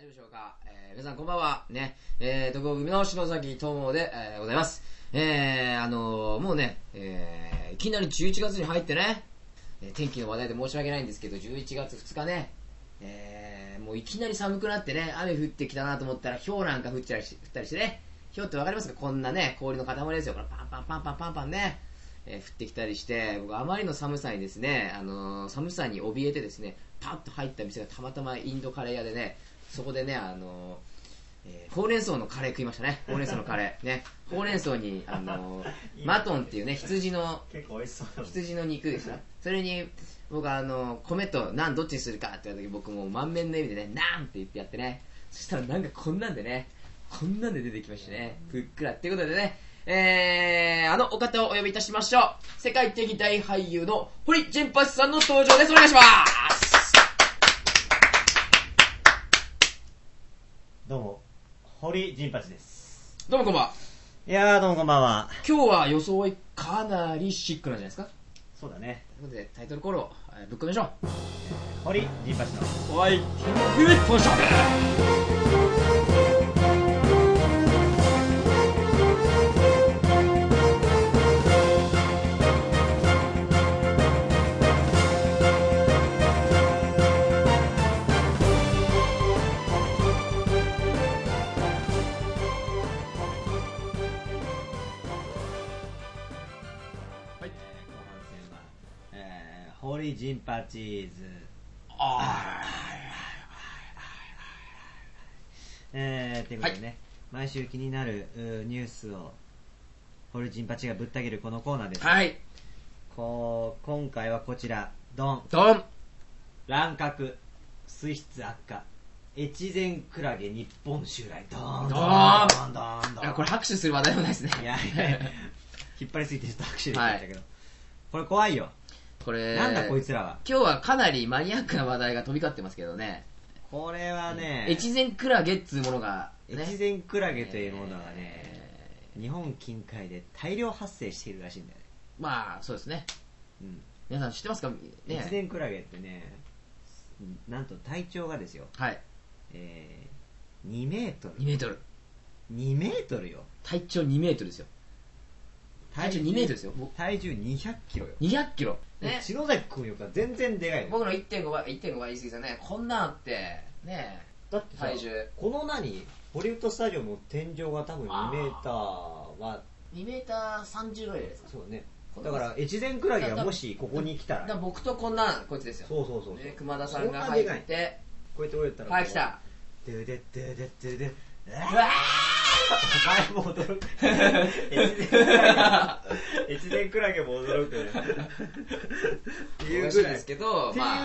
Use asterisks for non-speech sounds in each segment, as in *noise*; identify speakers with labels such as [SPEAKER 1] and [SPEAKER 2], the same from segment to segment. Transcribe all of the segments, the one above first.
[SPEAKER 1] 丈夫でしょうか、えー皆さんこんばんは。ね、えー、徳組の篠崎友で、えーございます。えー、あのーもうね、えーいきなり11月に入ってね、えー天気の話題で申し訳ないんですけど、11月2日ね、えーもういきなり寒くなってね、雨降ってきたなと思ったら、ひょうなんか降っちゃりし降ったりしてね、ひょうってわかりますかこんなね、氷の塊ですよ。これパンパンパンパンパンパンね。えー降ってきたりして、僕、あまりの寒さにですね、あのー寒さに怯えてですね、パッと入った店がたまたまインドカレー屋でね、そこでね、あのーえーほうれん草のカレー食いましたね。ほうれん草のカレー。ね。ほうれん草に、あのー
[SPEAKER 2] *laughs* いいね
[SPEAKER 1] マトンっていうね、羊の、
[SPEAKER 2] 結構美味しそうだもん
[SPEAKER 1] 羊の肉でした。それに、僕あの、米とナンどっちにするかって言った時僕もう満面の笑みでね、ナンって言ってやってね。そしたらなんかこんなんでね、こんなんで出てきましたね。ふっくら。ってことでね、えー、あのお方をお呼びいたしましょう。世界的大俳優の堀純八さんの登場です。お願いします。
[SPEAKER 2] どうも堀陣八です
[SPEAKER 1] どうもこんばんは。
[SPEAKER 2] いやーどうもこんばんは
[SPEAKER 1] 今日は装いかなりシックなんじゃないですか
[SPEAKER 2] そうだね
[SPEAKER 1] ということで、タイトルコールをえーぶっ込みましょう。
[SPEAKER 2] 堀陣八の
[SPEAKER 1] はい、キング一本勝負
[SPEAKER 2] はい、えー後半戦は、えー、堀陣八チーズえー、ということでね、毎週気になるうーニュースを堀陣八がぶった切るこのコーナーです、
[SPEAKER 1] はい、
[SPEAKER 2] こう今回はこちらドン
[SPEAKER 1] ドン
[SPEAKER 2] 乱獲水質悪化越前クラゲ日本襲来ドーン
[SPEAKER 1] ド
[SPEAKER 2] ド
[SPEAKER 1] ー
[SPEAKER 2] ー
[SPEAKER 1] ン
[SPEAKER 2] ンドーンドーンド
[SPEAKER 1] い
[SPEAKER 2] ー
[SPEAKER 1] や
[SPEAKER 2] ン
[SPEAKER 1] これ拍手する話題もないですね。
[SPEAKER 2] いやいやいや引っ張りすぎてちょっと拍手できましたけど、これ怖いよ、
[SPEAKER 1] *laughs* これ、
[SPEAKER 2] なんだこいつらは
[SPEAKER 1] 今日はかなりマニアックな話題が飛び交ってますけどね。
[SPEAKER 2] これはね、
[SPEAKER 1] 越前クラゲっつうものが、ね。
[SPEAKER 2] 越前クラゲというものはね、
[SPEAKER 1] え
[SPEAKER 2] 日本近海で大量発生しているらしいんだよね、
[SPEAKER 1] ーまあ、そうですね。
[SPEAKER 2] うん
[SPEAKER 1] 皆さん知ってますか
[SPEAKER 2] 越
[SPEAKER 1] ね。
[SPEAKER 2] 前クラゲってねなんと体長がですよ、
[SPEAKER 1] はい、
[SPEAKER 2] えー、2メート
[SPEAKER 1] 2
[SPEAKER 2] ル
[SPEAKER 1] メートル。
[SPEAKER 2] 2メートルよ
[SPEAKER 1] 体長2メートルですよ。体重2メートルですよ。
[SPEAKER 2] 体重200キロよ、
[SPEAKER 1] 200キロ。ね。
[SPEAKER 2] 篠崎君よりは全然でかいよ
[SPEAKER 1] 僕の1.5倍、1.5倍言い過ぎですよね。こんなんあって、ね。
[SPEAKER 2] だってさ
[SPEAKER 1] 体重
[SPEAKER 2] この何ホリウッドスタジオの天井が多分2メーターは
[SPEAKER 1] 2メーター30ぐらいですか。
[SPEAKER 2] そうね
[SPEAKER 1] こんな
[SPEAKER 2] だ
[SPEAKER 1] もん
[SPEAKER 2] から越前クラゲがもしここに来た
[SPEAKER 1] だから
[SPEAKER 2] ら
[SPEAKER 1] 僕とこんなん、こいつですよ。
[SPEAKER 2] そうそうそうそう、
[SPEAKER 1] ね、熊田さんが入
[SPEAKER 2] こんな
[SPEAKER 1] っ
[SPEAKER 2] でかい
[SPEAKER 1] て、
[SPEAKER 2] こうやって泳いだら
[SPEAKER 1] はい、来た。
[SPEAKER 2] ドゥデドゥデドゥデうわ
[SPEAKER 1] うわ
[SPEAKER 2] お前も驚く越前クラゲも驚くねって
[SPEAKER 1] ー
[SPEAKER 2] いうぐらい
[SPEAKER 1] で
[SPEAKER 2] っ
[SPEAKER 1] す
[SPEAKER 2] てい
[SPEAKER 1] けど、
[SPEAKER 2] う
[SPEAKER 1] ま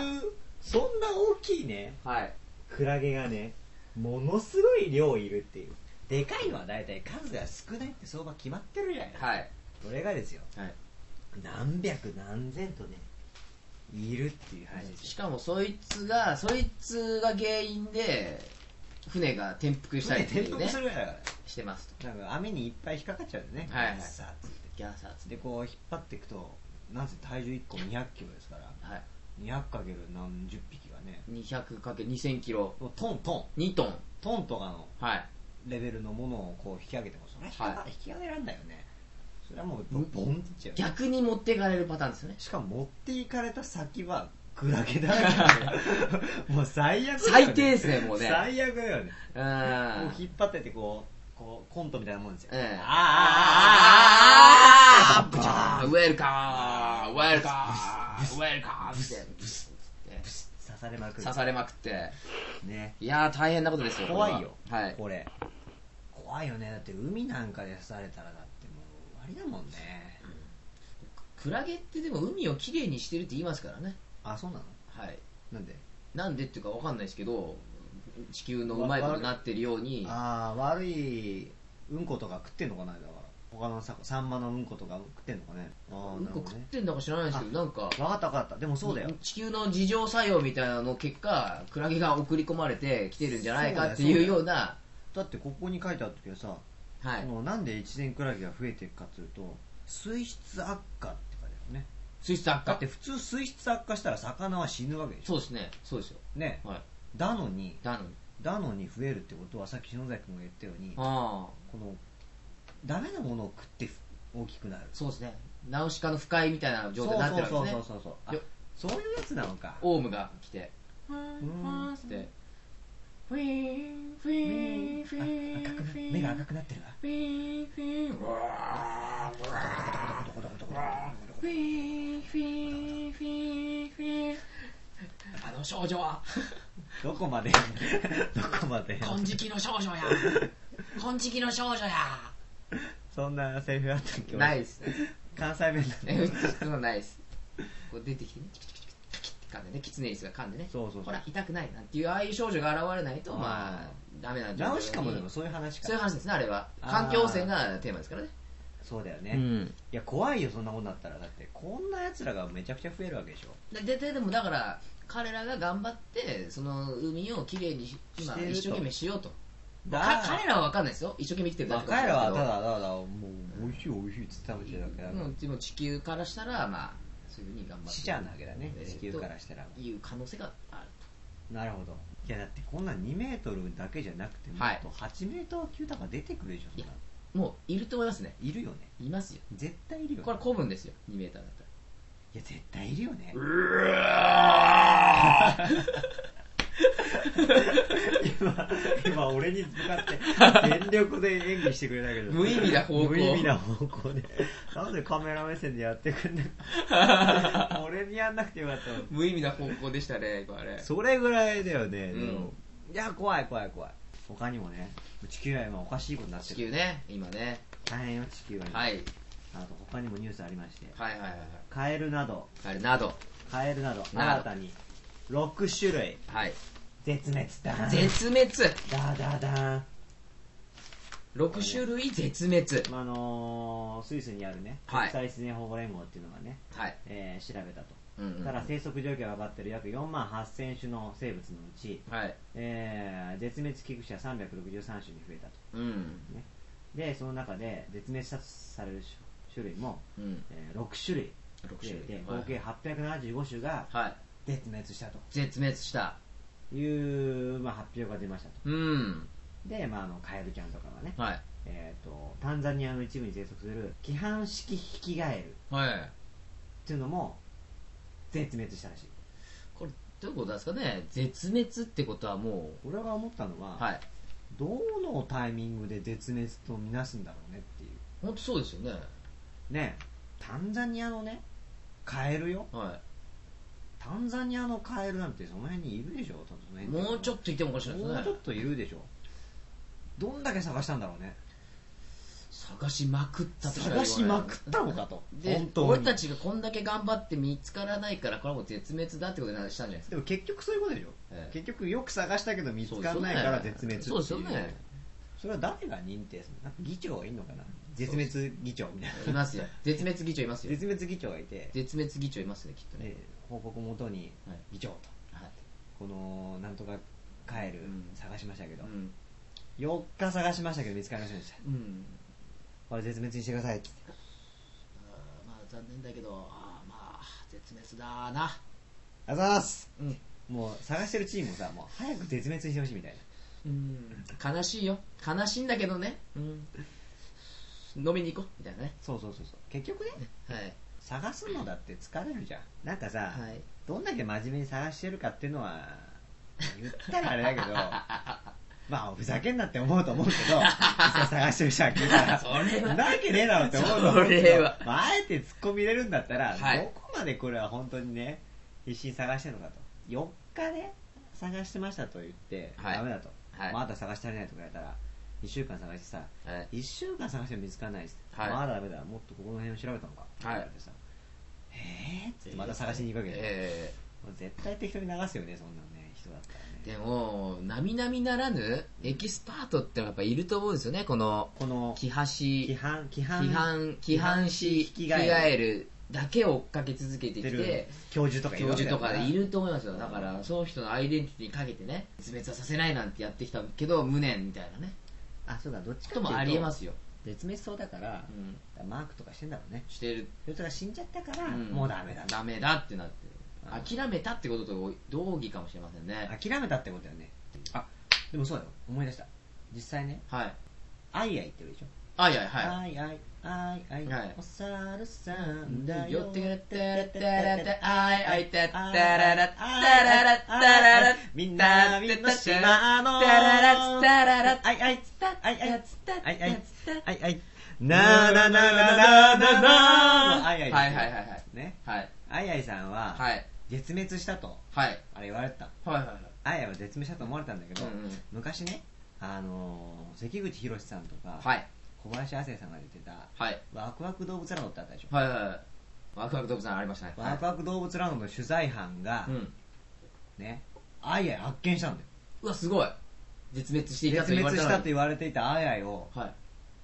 [SPEAKER 2] そんな大きいね
[SPEAKER 1] あ、はい。
[SPEAKER 2] クラゲがねものすごい量いるっていうでかいのは大体数が少ないって相場決まってるじゃない
[SPEAKER 1] はい。
[SPEAKER 2] それがですよ
[SPEAKER 1] はい。
[SPEAKER 2] 何百何千とねいるっていう話です
[SPEAKER 1] し
[SPEAKER 2] よ
[SPEAKER 1] かもそいつが、そいつが原因で、船が転覆したりって
[SPEAKER 2] 転
[SPEAKER 1] いう
[SPEAKER 2] 覆
[SPEAKER 1] ね
[SPEAKER 2] す、るから
[SPEAKER 1] してますと。
[SPEAKER 2] なんか網にいっぱい引っかかっちゃうんだよね
[SPEAKER 1] はいはい
[SPEAKER 2] さあつって
[SPEAKER 1] ギャーサーつって
[SPEAKER 2] でこう引っ張っていくとなんせ体重1個2 0 0キロですから
[SPEAKER 1] はい。
[SPEAKER 2] 2 0 0る何十匹がね
[SPEAKER 1] 200×2000 キロ、
[SPEAKER 2] もうトントン
[SPEAKER 1] 2トン。
[SPEAKER 2] トンとかの
[SPEAKER 1] はい。
[SPEAKER 2] レベルのものをこう引き上げてもそれは引き上げ
[SPEAKER 1] はい
[SPEAKER 2] 引き上げられないよねそれはもうボンボンっていっちゃうよね
[SPEAKER 1] 逆に持っていかれるパターンですよね。
[SPEAKER 2] しかも持っていかれた先はクラゲだらけだよもう最悪だよね
[SPEAKER 1] 最低ですねもうね
[SPEAKER 2] 最悪だよね
[SPEAKER 1] う
[SPEAKER 2] も
[SPEAKER 1] ー。
[SPEAKER 2] うん引っ張ってってこうこうコントみたいなもんですよ、
[SPEAKER 1] ええ
[SPEAKER 2] あーあ
[SPEAKER 1] あ
[SPEAKER 2] あ
[SPEAKER 1] ーあー
[SPEAKER 2] あああああバーン
[SPEAKER 1] ウェルカーウェルカーウェルカーって
[SPEAKER 2] 刺されまくる
[SPEAKER 1] 刺されまくって。
[SPEAKER 2] ね
[SPEAKER 1] いやー大変なことですよ。これは
[SPEAKER 2] 怖いよ
[SPEAKER 1] はい。
[SPEAKER 2] これ怖いよねだって海なんかで刺されたらだってもう終わりだもんね
[SPEAKER 1] クラゲってでも海をきれいにしてるって言いますからね。
[SPEAKER 2] あそうなの
[SPEAKER 1] はい。
[SPEAKER 2] なんで
[SPEAKER 1] なんでっていうかわかんないですけど、地球のうまいことになってるように、
[SPEAKER 2] ああ悪いうんことか食ってんのかなだから他のさサンマのうんことか食ってんのかねああ
[SPEAKER 1] うん
[SPEAKER 2] なる
[SPEAKER 1] こ
[SPEAKER 2] ほど
[SPEAKER 1] 食っ
[SPEAKER 2] ね
[SPEAKER 1] てんだか知らないですけど、なんか、
[SPEAKER 2] 分かった分かったでもそうだよ
[SPEAKER 1] 地球の自浄作用みたいなの結果、クラゲが送り込まれてきてるんじゃないかっていうような、
[SPEAKER 2] だってここに書いてあったけどさ
[SPEAKER 1] は
[SPEAKER 2] そ
[SPEAKER 1] い。
[SPEAKER 2] のなんで越前クラゲが増えていくかというと水質悪化って書いてあるね
[SPEAKER 1] 水質悪化
[SPEAKER 2] だっ。て普通水質悪化したら魚は死ぬわけでしょ
[SPEAKER 1] そうですね。そうですよ。
[SPEAKER 2] ね
[SPEAKER 1] はい。
[SPEAKER 2] だのに
[SPEAKER 1] なのに。
[SPEAKER 2] ダノンに増えるってことはさっき篠崎君が言ったようにこ
[SPEAKER 1] ああ
[SPEAKER 2] のダメなものを食って大きくなる
[SPEAKER 1] そうですねナウシカの不快みたいな状態になってるわけですね
[SPEAKER 2] そうそうそうそうそう
[SPEAKER 1] よ
[SPEAKER 2] あそういうやつなのか
[SPEAKER 1] オウムが来てふ
[SPEAKER 2] ーん
[SPEAKER 1] ーってふいーんふいーんふいーん
[SPEAKER 2] あ赤く
[SPEAKER 1] ふいーん
[SPEAKER 2] 目が赤くなってるわ
[SPEAKER 1] ふいーんふいーんうわーうわー
[SPEAKER 2] どこどこどこどこどこ
[SPEAKER 1] ふいーんふいーんふいーんふいーんあの少女は
[SPEAKER 2] どこまでどこまで
[SPEAKER 1] 金色の少女や金色の少女や
[SPEAKER 2] そんなセリフあったっけ
[SPEAKER 1] ないです
[SPEAKER 2] 関西弁
[SPEAKER 1] え
[SPEAKER 2] な
[SPEAKER 1] う
[SPEAKER 2] の
[SPEAKER 1] ちそんなのないですこう出てきてねチクチクチクチクチクって噛んでねキツネリスが噛んでね
[SPEAKER 2] そうそうそう
[SPEAKER 1] ほら痛くないなんていうああいう少女が現れないと
[SPEAKER 2] あー
[SPEAKER 1] まあダメなんじゃ
[SPEAKER 2] ナウシカもでもそういう話か
[SPEAKER 1] そういう話ですねあれは
[SPEAKER 2] あー
[SPEAKER 1] 環境汚染がテーマですからね
[SPEAKER 2] そうだよね、
[SPEAKER 1] ん
[SPEAKER 2] いや怖いよそんなことになったらだってこんなやつらがめちゃくちゃ増えるわけでしょ
[SPEAKER 1] ででででもだから彼らが頑張ってその海をきれいにし今
[SPEAKER 2] してると
[SPEAKER 1] 一生懸命しようと
[SPEAKER 2] だ
[SPEAKER 1] か彼らは分かんないですよ一生懸命生きてるだけかもしれ
[SPEAKER 2] 彼ら
[SPEAKER 1] ない
[SPEAKER 2] は
[SPEAKER 1] けど
[SPEAKER 2] ただただもう美味しい美味しいっつって食べてるだけだから、
[SPEAKER 1] うんでも地球からしたらまあそういうふうに頑張って
[SPEAKER 2] 死者なわけだね
[SPEAKER 1] えーと
[SPEAKER 2] 地球からしたら、
[SPEAKER 1] いう可能性がある
[SPEAKER 2] なるほどいやだってこんなん2メートルだけじゃなくても
[SPEAKER 1] はい
[SPEAKER 2] っと8メートル級とか出てくるでしょそんなの
[SPEAKER 1] ともういると思いますね
[SPEAKER 2] いるよね
[SPEAKER 1] いますよ
[SPEAKER 2] 絶対いるよね
[SPEAKER 1] これ古文ですよ2メーターだったら
[SPEAKER 2] いや絶対いるよね今今俺に向かって全力で演技してくれたけど
[SPEAKER 1] 無意味な方向
[SPEAKER 2] 無意味な方向でなんでカメラ目線でやって
[SPEAKER 1] *laughs*
[SPEAKER 2] くんだ俺にやんなくてよかったの
[SPEAKER 1] 無意味な方向でしたね今あれ
[SPEAKER 2] それぐらいだよね、
[SPEAKER 1] うん
[SPEAKER 2] でもいや怖い怖い怖い他にもね地球は今おかしいことになって
[SPEAKER 1] 地
[SPEAKER 2] る
[SPEAKER 1] 球ね今ね
[SPEAKER 2] 大変よ地球は今、
[SPEAKER 1] はい
[SPEAKER 2] あと他にもニュースありまして
[SPEAKER 1] はいはいはいはい
[SPEAKER 2] カエルなど
[SPEAKER 1] あれなど
[SPEAKER 2] カエルなど
[SPEAKER 1] など
[SPEAKER 2] 新たに6種類
[SPEAKER 1] はい
[SPEAKER 2] 絶滅だー
[SPEAKER 1] 絶滅
[SPEAKER 2] だだだーん
[SPEAKER 1] 6種類絶滅
[SPEAKER 2] まああのースイスにあるね
[SPEAKER 1] はい
[SPEAKER 2] 国際自然保護連合っていうのがね、
[SPEAKER 1] はい
[SPEAKER 2] えー調べたと
[SPEAKER 1] うんうん
[SPEAKER 2] ただ生息状況が分かってる約4万8000種の生物のうち、
[SPEAKER 1] はい
[SPEAKER 2] えー絶滅危惧種は363種に増えたと
[SPEAKER 1] うん
[SPEAKER 2] でその中で絶滅したとされる種類も、
[SPEAKER 1] うん
[SPEAKER 2] えー6種類
[SPEAKER 1] 6
[SPEAKER 2] 増
[SPEAKER 1] 種類
[SPEAKER 2] えて
[SPEAKER 1] は
[SPEAKER 2] 合計
[SPEAKER 1] い
[SPEAKER 2] 875種が
[SPEAKER 1] はい
[SPEAKER 2] 絶滅したと
[SPEAKER 1] 絶滅した
[SPEAKER 2] いう、まあ、発表が出ましたと
[SPEAKER 1] うん
[SPEAKER 2] で、まあ、あのカエルちゃんとかはね、
[SPEAKER 1] はい
[SPEAKER 2] えー、とタンザニアの一部に生息する規範式ヒキガエル
[SPEAKER 1] はい
[SPEAKER 2] っていうのも絶滅したらしい
[SPEAKER 1] これどういうことなんですかね絶滅ってことはも
[SPEAKER 2] 俺が思ったのは、
[SPEAKER 1] うはい
[SPEAKER 2] どのタイミングで絶滅とみなすんだろうねっていう
[SPEAKER 1] 本当そうですよね
[SPEAKER 2] ねタンザニアのねカエルよ
[SPEAKER 1] は
[SPEAKER 2] タンザニアのカエルなんてその辺にいるでしょそ
[SPEAKER 1] い
[SPEAKER 2] の辺ていか
[SPEAKER 1] もうちょっといてもおかしくないですね
[SPEAKER 2] もうちょっといるでしょどんだけ探したんだろうね
[SPEAKER 1] 探しまくったとしか言わない
[SPEAKER 2] 探しまくったのかと
[SPEAKER 1] で
[SPEAKER 2] 本当
[SPEAKER 1] 俺
[SPEAKER 2] に
[SPEAKER 1] たちがこんだけ頑張って見つからないからこれはもう絶滅だってことになしたんじゃないですか
[SPEAKER 2] でも結局そういうことでしょ、
[SPEAKER 1] ええ
[SPEAKER 2] 結局よく探したけど見つからないから絶滅ってい
[SPEAKER 1] そうですよね
[SPEAKER 2] それは誰が認定するのなんか議長がいるのかな絶滅議長みたい
[SPEAKER 1] い
[SPEAKER 2] な
[SPEAKER 1] ます
[SPEAKER 2] *laughs*
[SPEAKER 1] よ絶滅議長いますよ
[SPEAKER 2] 絶滅議長がいて
[SPEAKER 1] 絶滅議長いますねきっとね
[SPEAKER 2] で報告をもとに
[SPEAKER 1] はい
[SPEAKER 2] 議長と
[SPEAKER 1] はい
[SPEAKER 2] このなんとかカエル
[SPEAKER 1] うん
[SPEAKER 2] 探しましたけど、
[SPEAKER 1] うん
[SPEAKER 2] 4日探しましたけど見つかりませんでした
[SPEAKER 1] うん
[SPEAKER 2] これ絶滅にしてくださいって言って
[SPEAKER 1] あーまあ残念だけどあーまあ絶滅だーな
[SPEAKER 2] ありがとうございます
[SPEAKER 1] うん
[SPEAKER 2] もう探してるチームもさもう早く絶滅してほしいみたいな
[SPEAKER 1] うん悲しいよ悲しいんだけどねうん飲みに行こうみたいなね
[SPEAKER 2] そうそうそうそう結局ね
[SPEAKER 1] はい
[SPEAKER 2] 探すのだって疲れるじゃんなんかさ、
[SPEAKER 1] はい
[SPEAKER 2] どんだけ真面目に探してるかっていうのは言ったらあれだけ
[SPEAKER 1] *laughs*
[SPEAKER 2] どまあふざけんなって思うと思うけど実際探してる人は聞いた
[SPEAKER 1] *laughs*
[SPEAKER 2] ら
[SPEAKER 1] それは
[SPEAKER 2] なわけねえだろって思うと思うけど
[SPEAKER 1] それは
[SPEAKER 2] まあ、あえて突っ込み入れるんだったら、
[SPEAKER 1] はい
[SPEAKER 2] どこまでこれは本当にね必死に探してるのかと4日ね探してましたと言って、
[SPEAKER 1] はい
[SPEAKER 2] ダメだと、
[SPEAKER 1] はい
[SPEAKER 2] まだ探して足りないとか言われたら1週間探してさ
[SPEAKER 1] はい
[SPEAKER 2] 1週間探しても見つからないです、
[SPEAKER 1] はい
[SPEAKER 2] まだダメだもっとここの辺を調べたのか、
[SPEAKER 1] はい
[SPEAKER 2] ってさえーっつってまた探しに行くわけで、
[SPEAKER 1] えー
[SPEAKER 2] もう絶対適当に流すよねそんなのね人だったらね
[SPEAKER 1] でも、並々ならぬエキスパートってのがやっぱいると思うんですよね、この、
[SPEAKER 2] この
[SPEAKER 1] 規範し
[SPEAKER 2] 規、範規範
[SPEAKER 1] 規範、規範し、
[SPEAKER 2] 規
[SPEAKER 1] 着
[SPEAKER 2] 範し
[SPEAKER 1] 替えるだけを追っかけ続けて
[SPEAKER 2] 着
[SPEAKER 1] き
[SPEAKER 2] 替え
[SPEAKER 1] て
[SPEAKER 2] る、教授とかいる
[SPEAKER 1] 教
[SPEAKER 2] わけ
[SPEAKER 1] 授
[SPEAKER 2] だよ
[SPEAKER 1] とかでいると思いますよ。
[SPEAKER 2] ん
[SPEAKER 1] だから、その人のアイデンティティにかけてね、絶滅はさせないなんてやってきたけど、無念みたいなね、
[SPEAKER 2] あそうだどっちか
[SPEAKER 1] こともありえますよ。
[SPEAKER 2] 絶滅そうだから
[SPEAKER 1] う、ん。
[SPEAKER 2] マークとかしてんだろうね
[SPEAKER 1] してる。
[SPEAKER 2] それとか死んじゃったから、
[SPEAKER 1] ん
[SPEAKER 2] もうダメだ
[SPEAKER 1] ダメだってなって
[SPEAKER 2] うん
[SPEAKER 1] る。諦めたってことと同義かもしれませんね。
[SPEAKER 2] 諦めたってことだよねあでもそうよ思い出した実際ね
[SPEAKER 1] はい。
[SPEAKER 2] アイアイって言うでしょ
[SPEAKER 1] あいやいはい。
[SPEAKER 2] アイアイアイアイ、
[SPEAKER 1] はい
[SPEAKER 2] お猿さんだ
[SPEAKER 1] よ
[SPEAKER 2] よ
[SPEAKER 1] ってれってれってれってあいあいてってれれってれれってれれって
[SPEAKER 2] みんなみんな島の
[SPEAKER 1] てれれってれれって
[SPEAKER 2] アイアイアイアイアイアイアイアイな
[SPEAKER 1] ななな
[SPEAKER 2] あなあなあなあなあなあアイアイ
[SPEAKER 1] はいはいはいはい
[SPEAKER 2] ね
[SPEAKER 1] はい
[SPEAKER 2] アイアイさんは、
[SPEAKER 1] はい
[SPEAKER 2] 絶滅したと
[SPEAKER 1] はい
[SPEAKER 2] あれ言われてた
[SPEAKER 1] はいはいはい
[SPEAKER 2] アイアイは絶滅したと思われたんだけど、
[SPEAKER 1] うんうん
[SPEAKER 2] 昔ねあのー関口宏さんとか、
[SPEAKER 1] はい
[SPEAKER 2] 小林亜生さんが出てた
[SPEAKER 1] はい
[SPEAKER 2] ワクワク動物ランドってあったでしょ、
[SPEAKER 1] はいはいワクワク動物園ありましたね
[SPEAKER 2] ワクワク動物ランドの取材班が、
[SPEAKER 1] うん
[SPEAKER 2] ねアイアイ発見したんだよ
[SPEAKER 1] うわすごい絶滅していたと
[SPEAKER 2] 絶
[SPEAKER 1] 言わ
[SPEAKER 2] 滅
[SPEAKER 1] れた
[SPEAKER 2] したと
[SPEAKER 1] のに
[SPEAKER 2] 言われていたアイアイを
[SPEAKER 1] はい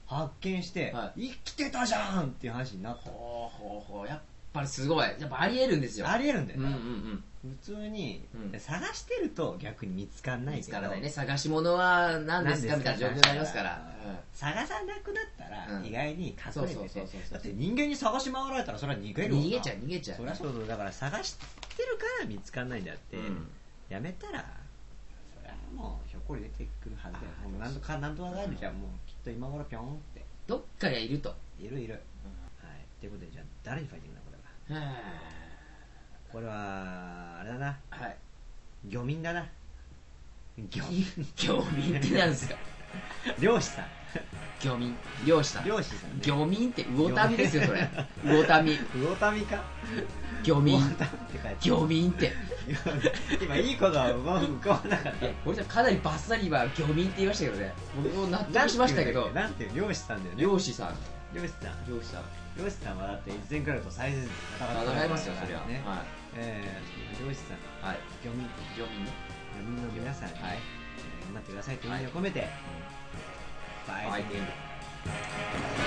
[SPEAKER 2] 発見して、
[SPEAKER 1] は
[SPEAKER 2] 生きてたじゃんっていう話になっ
[SPEAKER 1] ほうほうほうやっぱりすごいやっぱありえるんですよ
[SPEAKER 2] たありえるんだよ
[SPEAKER 1] うんう
[SPEAKER 2] ね、
[SPEAKER 1] んうん
[SPEAKER 2] 普通に、
[SPEAKER 1] うん
[SPEAKER 2] 探してると逆に見つかんない
[SPEAKER 1] 見
[SPEAKER 2] けど
[SPEAKER 1] つからないね探し物は何ですかみたいな状況になりますから
[SPEAKER 2] 探さなくなった
[SPEAKER 1] う
[SPEAKER 2] ら
[SPEAKER 1] ん
[SPEAKER 2] 意外に隠
[SPEAKER 1] そう
[SPEAKER 2] れ
[SPEAKER 1] そう
[SPEAKER 2] て
[SPEAKER 1] そう
[SPEAKER 2] て
[SPEAKER 1] そう
[SPEAKER 2] だって人間に探し回られたらそれは逃げるわな
[SPEAKER 1] 逃げちゃう逃げちゃう
[SPEAKER 2] そりゃそうそうだから探してるから見つかんないんだって、
[SPEAKER 1] うん
[SPEAKER 2] やめたらそりゃもうひょっこり出てくるはずだよ
[SPEAKER 1] あー
[SPEAKER 2] もうなんとかなんとかがあるじゃん、もうきっと今頃ぴょんって
[SPEAKER 1] どっかがいると
[SPEAKER 2] いるいる、はいということでじゃあ誰にファイティングだこれはこれはあれだな
[SPEAKER 1] *laughs* はい
[SPEAKER 2] 漁民だな漁民
[SPEAKER 1] 漁民ってなんですか
[SPEAKER 2] 漁師さん
[SPEAKER 1] *laughs* 漁民漁師さん
[SPEAKER 2] 漁師さんね
[SPEAKER 1] 漁民って魚民ですよそれ魚 *laughs* 民
[SPEAKER 2] 魚民か
[SPEAKER 1] 漁民
[SPEAKER 2] 魚民って書いてある
[SPEAKER 1] 漁民って
[SPEAKER 2] 今いいことは浮か浮かばなかっ
[SPEAKER 1] い
[SPEAKER 2] た
[SPEAKER 1] や俺さんかなりバッサリ今漁民って言いましたけどね僕も納得しましたけど
[SPEAKER 2] なんていう漁師さんだよね
[SPEAKER 1] 漁師さん
[SPEAKER 2] 漁師さん
[SPEAKER 1] 漁師さん
[SPEAKER 2] 漁師さんはだって一前くらいと最前線で戦って
[SPEAKER 1] 戦いますよそりゃ
[SPEAKER 2] ね、
[SPEAKER 1] は
[SPEAKER 2] えー、漁師さん
[SPEAKER 1] いはい
[SPEAKER 2] 漁民
[SPEAKER 1] 漁民ね
[SPEAKER 2] 漁民の皆さんにね、
[SPEAKER 1] はい
[SPEAKER 2] えー頑張ってくださいという意味を込めて、バイ
[SPEAKER 1] 相手に
[SPEAKER 2] バイ